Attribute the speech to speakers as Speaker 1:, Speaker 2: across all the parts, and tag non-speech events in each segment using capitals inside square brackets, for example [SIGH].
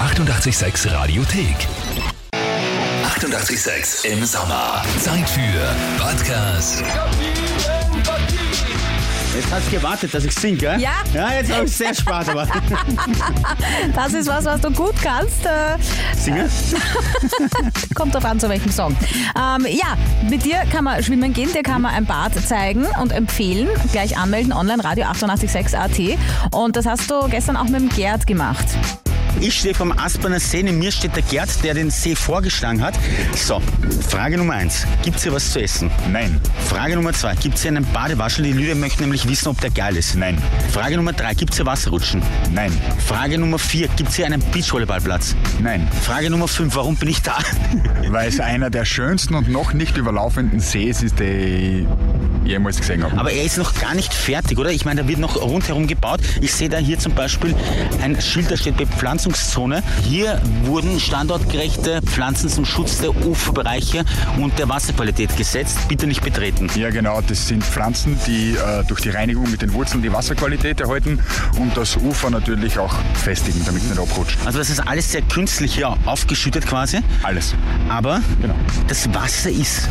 Speaker 1: 886 Radiothek. 886 im Sommer. Zeit für Podcast.
Speaker 2: Jetzt hast du gewartet, dass ich singe, gell?
Speaker 3: Ja.
Speaker 2: Ja, jetzt habe ich sehr Spaß, aber
Speaker 3: Das ist was, was du gut kannst. Äh,
Speaker 2: singe?
Speaker 3: Kommt drauf an, zu welchem Song. Ähm, ja, mit dir kann man schwimmen gehen, dir kann man ein Bad zeigen und empfehlen. Gleich anmelden, online Radio 886 AT. Und das hast du gestern auch mit dem Gerd gemacht.
Speaker 2: Ich stehe vom Asperner See, neben mir steht der Gerd, der den See vorgeschlagen hat. So, Frage Nummer eins. Gibt es hier was zu essen?
Speaker 4: Nein,
Speaker 2: Frage Nummer zwei. Gibt es hier einen Badewaschel? Die Leute möchten nämlich wissen, ob der geil ist.
Speaker 4: nein,
Speaker 2: Frage Nummer drei. Gibt es hier Wasserrutschen?
Speaker 4: nein,
Speaker 2: Frage Nummer vier. Gibt es hier einen Beachvolleyballplatz?
Speaker 4: nein,
Speaker 2: Frage Nummer fünf. Warum bin ich da?
Speaker 4: weil es einer der schönsten und noch nicht überlaufenden Sees ist, die ich jemals gesehen habe.
Speaker 2: Aber er ist noch gar nicht fertig, oder? Ich meine, da wird noch rundherum gebaut. Ich sehe da hier zum Beispiel ein Schild, da steht Bepflanzungszone. Hier wurden standortgerechte Pflanzen zum Schutz der Uferbereiche und der Wasserqualität gesetzt. Bitte nicht betreten.
Speaker 4: ja genau, das sind Pflanzen, die äh, durch die Reinigung mit den Wurzeln die Wasserqualität erhalten und das Ufer natürlich auch festigen, damit es nicht abrutscht.
Speaker 2: Also das ist alles sehr künstlich hier aufgeschüttet quasi.
Speaker 4: Alles.
Speaker 2: Aber
Speaker 4: Genau.
Speaker 2: das Wasser ist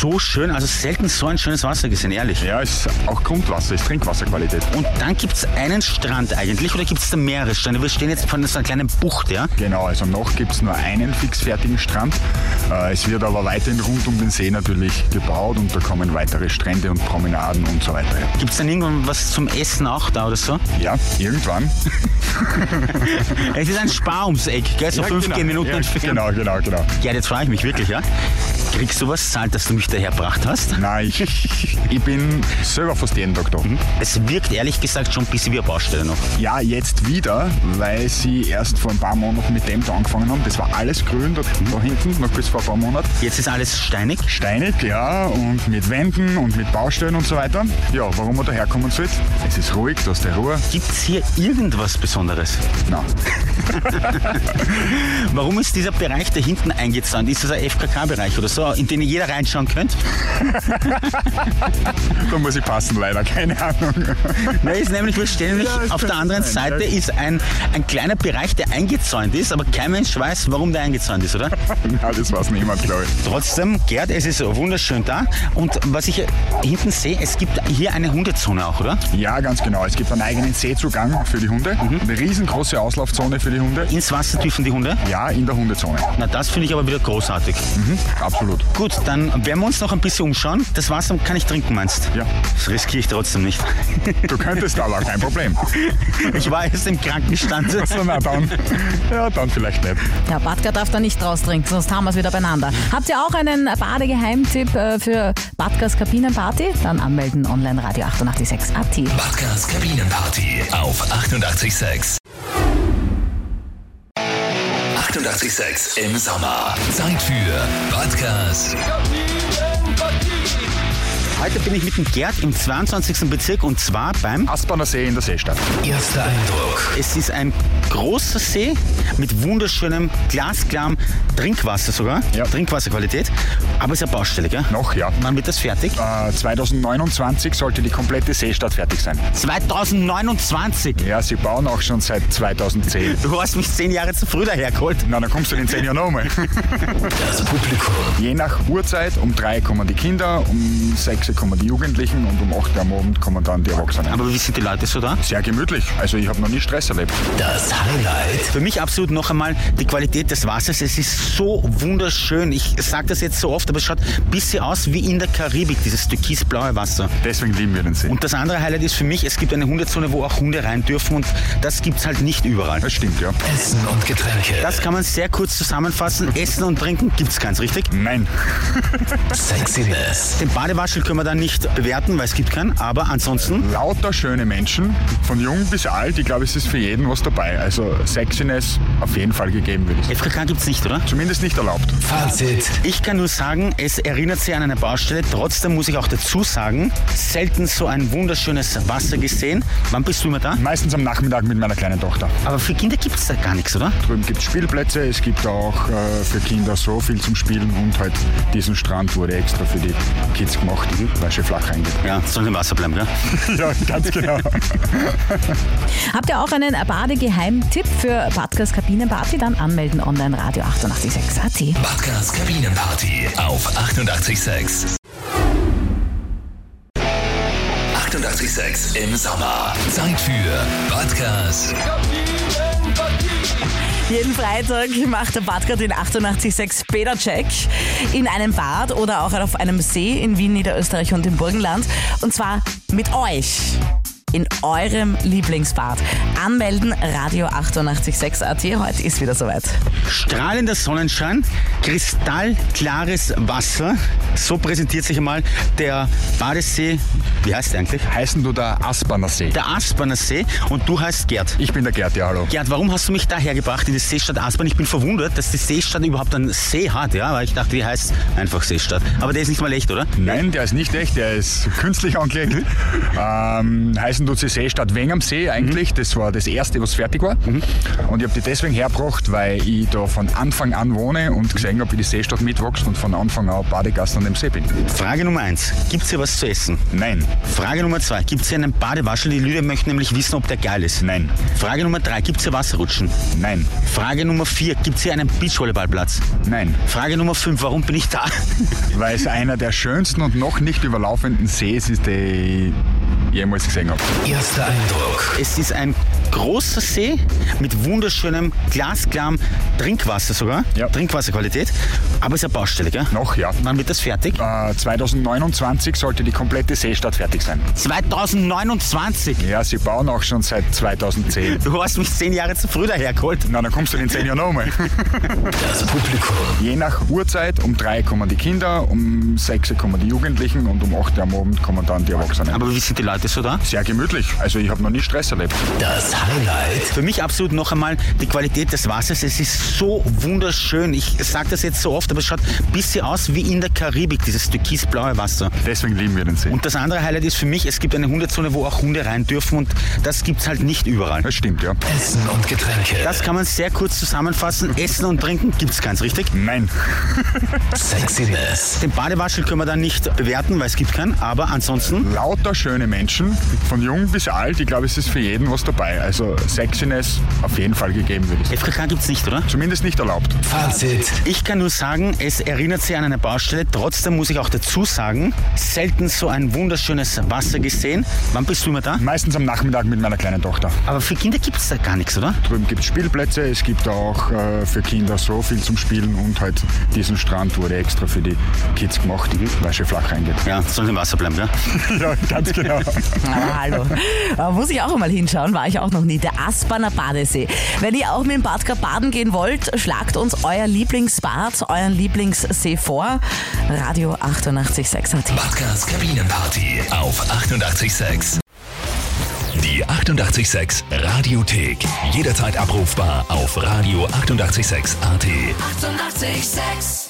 Speaker 2: so schön, also selten so ein schönes Wasser gesehen, ehrlich.
Speaker 4: Ja, ist auch Grundwasser, ist Trinkwasserqualität.
Speaker 2: Und dann gibt es einen Strand eigentlich, oder gibt es da mehrere Strände? Wir stehen jetzt von so einer kleinen Bucht, ja?
Speaker 4: Genau, also noch gibt es nur einen fixfertigen Strand. Äh, Es wird aber weiterhin rund um den See natürlich gebaut und da kommen weitere Strände und Promenaden und so weiter.
Speaker 2: Gibt es dann irgendwann was zum Essen auch da oder so?
Speaker 4: Ja, irgendwann.
Speaker 2: Es ist ein Spar ums Eck, gell? So
Speaker 4: [LAUGHS] Ja,
Speaker 2: 15
Speaker 4: genau.
Speaker 2: Minuten
Speaker 4: ja,
Speaker 2: entfernt.
Speaker 4: Genau, genau, genau.
Speaker 2: Ja, jetzt frage ich mich wirklich, ja? Kriegst du was zahlt, dass du mich daherbracht hast?
Speaker 4: Nein, ich, ich bin selber fast jeden Tag da.
Speaker 2: Es wirkt ehrlich gesagt schon ein bisschen wie eine Baustelle noch.
Speaker 4: Ja, jetzt wieder, weil sie erst vor ein paar Monaten mit dem da angefangen haben. Das war alles grün dort da hinten, noch bis vor ein paar Monaten.
Speaker 2: Jetzt ist alles steinig.
Speaker 4: Steinig, ja, und mit Wänden und mit Baustellen und so weiter. Ja, warum man daherkommen sollte? Es ist ruhig, du hast die Ruhe.
Speaker 2: Gibt es hier irgendwas Besonderes?
Speaker 4: Nein.
Speaker 2: Warum ist dieser Bereich da hinten eingezäunt? Ist das ein FKK-Bereich oder so, in den jeder reinschauen könnte?
Speaker 4: [LAUGHS] Da muss ich passen, leider, [LAUGHS] keine Ahnung.
Speaker 2: Weil es nämlich, wir stehen nämlich
Speaker 4: Ja, es
Speaker 2: auf der
Speaker 4: könnte
Speaker 2: anderen
Speaker 4: sein,
Speaker 2: Seite
Speaker 4: ja.
Speaker 2: ist ein, ein kleiner Bereich, der eingezäunt ist, aber kein Mensch weiß, warum der eingezäunt ist, oder?
Speaker 4: Nein, das weiß niemand, glaube ich.
Speaker 2: Trotzdem, Gerd, es ist wunderschön da. Und was ich hinten sehe, es gibt hier eine Hundezone auch, oder?
Speaker 4: Ja, ganz genau. Es gibt einen eigenen Seezugang für die Hunde, eine riesengroße Auslaufzone für die Hunde.
Speaker 2: Ins Wasser dürfen die Hunde?
Speaker 4: Ja, in der Hundezone.
Speaker 2: Na, das finde ich aber wieder großartig.
Speaker 4: Mhm, absolut.
Speaker 2: Gut, dann werden wir uns noch ein bisschen umschauen. Das Wasser kann ich trinken, meinst
Speaker 4: Ja.
Speaker 2: Das riskiere ich trotzdem
Speaker 4: [LAUGHS]
Speaker 2: nicht.
Speaker 4: Du könntest aber, kein [LAUGHS] Problem.
Speaker 2: Ich war erst im Krankenstand.
Speaker 4: [LAUGHS] Also na dann, ja, dann vielleicht nicht.
Speaker 3: Der Badger darf da nicht draus trinken, sonst haben wir es wieder beieinander. Habt ihr auch einen Badegeheimtipp äh, für Badgers Kabinenparty? Dann anmelden online Radio 886 AT.
Speaker 1: Podcast Kabinenparty auf 886. 886 im Sommer. Zeit für Podcast.
Speaker 2: Heute bin ich mit dem Gerd im 22. Bezirk und zwar beim...
Speaker 4: Aspaner See in der Seestadt.
Speaker 1: Erster Eindruck.
Speaker 2: Es ist ein großer See mit wunderschönem, glasklarem Trinkwasser sogar.
Speaker 4: Ja.
Speaker 2: Trinkwasserqualität. Aber es ist eine Baustelle, gell?
Speaker 4: Noch, ja.
Speaker 2: Wann wird das fertig?
Speaker 4: Äh, 2029 sollte die komplette Seestadt fertig sein.
Speaker 2: 2029.
Speaker 4: Ja, sie bauen auch schon seit 2010.
Speaker 2: Du hast mich zehn Jahre zu früh dahergeholt.
Speaker 4: Na, dann kommst du in 10 Jahren nochmal.
Speaker 1: Das Publikum.
Speaker 4: [LAUGHS] Je nach Uhrzeit, um 3 kommen die Kinder, um 6 kommen die Jugendlichen und um 8 Uhr am Abend kommen dann die Erwachsenen.
Speaker 2: Aber wie sind die Leute so da?
Speaker 4: Sehr gemütlich. Also ich habe noch nie Stress erlebt.
Speaker 1: Das Highlight.
Speaker 2: Für mich absolut noch einmal die Qualität des Wassers. Es ist so wunderschön. Ich sage das jetzt so oft, aber es schaut ein bisschen aus wie in der Karibik, dieses türkisblaue Wasser.
Speaker 4: Deswegen lieben wir den See.
Speaker 2: Und das andere Highlight ist für mich, es gibt eine Hundezone, wo auch Hunde rein dürfen und das gibt es halt nicht überall.
Speaker 4: Das stimmt, ja.
Speaker 1: Essen und Getränke.
Speaker 2: Das kann man sehr kurz zusammenfassen. Essen und Trinken gibt es keins, richtig?
Speaker 4: Nein.
Speaker 1: Sexiness.
Speaker 2: Den Badewaschel können wir dann nicht bewerten, weil es gibt keinen. Aber ansonsten,
Speaker 4: Lauter schöne Menschen, von jung bis alt. Ich glaube, es ist für jeden was dabei. Also Sexiness auf jeden Fall gegeben, würde ich sagen.
Speaker 2: FKK gibt es nicht, oder?
Speaker 4: Zumindest nicht erlaubt.
Speaker 1: Fazit.
Speaker 2: Ich kann nur sagen, es erinnert sich an eine Baustelle. Trotzdem muss ich auch dazu sagen, selten so ein wunderschönes Wasser gesehen. Wann bist du immer da?
Speaker 4: Meistens am Nachmittag mit meiner kleinen Tochter.
Speaker 2: Aber für Kinder gibt es da gar nichts, oder?
Speaker 4: Drüben gibt es Spielplätze, es gibt auch äh, für Kinder so viel zum Spielen und halt diesen Strand wurde extra für die Kids gemacht, weil sie flach reingeht.
Speaker 2: Ja, soll im Wasser bleiben, gell?
Speaker 4: ja, ganz genau.
Speaker 3: Habt ihr auch einen Badegeheimtipp Tipp für Badgers Kabinenparty, dann anmelden online Radio 886 AT.
Speaker 1: Badgas Kabinenparty auf 886. 886 im Sommer. Zeit für Badgas
Speaker 3: Jeden Freitag macht der Badger den 886 Bädercheck in einem Bad oder auch auf einem See in Wien, Niederösterreich und im Burgenland. Und zwar mit euch. In eurem Lieblingsbad. Anmelden, Radio 886 AT. Heute ist wieder soweit.
Speaker 2: Strahlender Sonnenschein, kristallklares Wasser. So präsentiert sich einmal der Badesee, wie heißt der eigentlich?
Speaker 4: [LAUGHS] Heißen du der Aspaner See?
Speaker 2: Der Aspaner See und du heißt Gerd.
Speaker 4: Ich bin der Gerd, ja, hallo.
Speaker 2: Gerd, warum hast du mich da hergebracht in die Seestadt Aspern? Ich bin verwundert, dass die Seestadt überhaupt einen See hat, ja, weil ich dachte, die heißt einfach Seestadt. Aber der ist nicht mal echt, oder?
Speaker 4: Nein, der ist nicht echt, der ist künstlich angelegt. ähm, heißen tut sie Seestadt Weng am See eigentlich. Das war das erste, was fertig war. Und ich habe die deswegen hergebracht, weil ich da von Anfang an wohne und gesehen habe, wie die Seestadt mitwächst und von Anfang an Badegast an dem See bin.
Speaker 2: Frage Nummer eins: Gibt's hier was zu essen?
Speaker 4: Nein,
Speaker 2: Frage Nummer zwei: Gibt's hier einen Badewaschel? Die Leute möchten nämlich wissen, ob der geil ist.
Speaker 4: nein,
Speaker 2: Frage Nummer drei: Gibt's hier Wasserrutschen?
Speaker 4: nein,
Speaker 2: Frage Nummer vier: Gibt's hier einen Beachvolleyballplatz?
Speaker 4: nein.
Speaker 2: Frage Nummer fünf: Warum bin ich
Speaker 4: [LAUGHS]
Speaker 2: da?
Speaker 4: Weil es einer der schönsten und noch nicht überlaufenden Sees ist, die ich jemals gesehen habe.
Speaker 1: Erster Eindruck.
Speaker 2: Es ist ein großer See mit wunderschönem, glasklarem Trinkwasser sogar.
Speaker 4: Ja.
Speaker 2: Trinkwasserqualität. Aber es ist eine Baustelle, gell?
Speaker 4: Noch, ja.
Speaker 2: Wann wird das fertig?
Speaker 4: Äh, 2029 sollte die komplette Seestadt fertig sein.
Speaker 2: 2029.
Speaker 4: Ja, sie bauen auch schon seit 2010.
Speaker 2: Du hast mich zehn Jahre zu früh dahergeholt.
Speaker 4: Na, dann kommst du in zehn Jahren nochmal.
Speaker 1: Das Publikum.
Speaker 4: [LAUGHS] Je nach Uhrzeit, um drei kommen die Kinder, um sechs kommen die Jugendlichen und um acht am Abend kommen dann die Erwachsenen.
Speaker 2: Aber wie sind die Leute so da?
Speaker 4: sehr gemütlich. Also ich habe noch nie Stress erlebt.
Speaker 1: Das Highlight.
Speaker 2: Für mich absolut noch einmal die Qualität des Wassers. Es ist so wunderschön. Ich sage das jetzt so oft, aber es schaut ein bisschen aus wie in der Karibik, dieses türkisblaue Wasser.
Speaker 4: Deswegen lieben wir den See.
Speaker 2: Und das andere Highlight ist für mich, es gibt eine Hundezone, wo auch Hunde rein dürfen und das gibt's halt nicht überall.
Speaker 4: Das stimmt, ja.
Speaker 1: Essen und Getränke.
Speaker 2: Das kann man sehr kurz zusammenfassen. Essen und Trinken gibt's keins, richtig?
Speaker 4: Nein,
Speaker 1: Sexiness.
Speaker 2: Den Badewaschel können wir dann nicht bewerten, weil es gibt keinen. Aber ansonsten,
Speaker 4: lauter schöne Menschen, von jung bis alt. Ich glaube, es ist für jeden was dabei. Also Sexiness auf jeden Fall gegeben, würde ich sagen.
Speaker 2: FKK gibt's nicht, oder?
Speaker 4: Zumindest nicht erlaubt.
Speaker 1: Fazit.
Speaker 2: Ich kann nur sagen, es erinnert sich an eine Baustelle. Trotzdem muss ich auch dazu sagen, selten so ein wunderschönes Wasser gesehen. Wann bist du immer da?
Speaker 4: Meistens am Nachmittag mit meiner kleinen Tochter.
Speaker 2: Aber für Kinder gibt es da gar nichts, oder?
Speaker 4: Drüben gibt es Spielplätze, es gibt auch äh, für Kinder so viel zum Spielen und halt diesen Strand wurde extra für die Kids gemacht, weil schon flach reingeht.
Speaker 2: Ja, soll im Wasser bleiben, ja?
Speaker 4: [LAUGHS] ja, ganz genau.
Speaker 3: Ah, hallo. Da muss ich auch mal hinschauen, war ich auch noch nie. Der Aspaner Badesee. Wenn ihr auch mit dem Badger baden gehen wollt, schlagt uns euer Lieblingsbad, euren Lieblingssee vor. Radio 886 AT.
Speaker 1: Badgas Kabinenparty auf 886. Die 886 Radiothek. Jederzeit abrufbar auf radio886.at. 886! 886.
Speaker 5: 886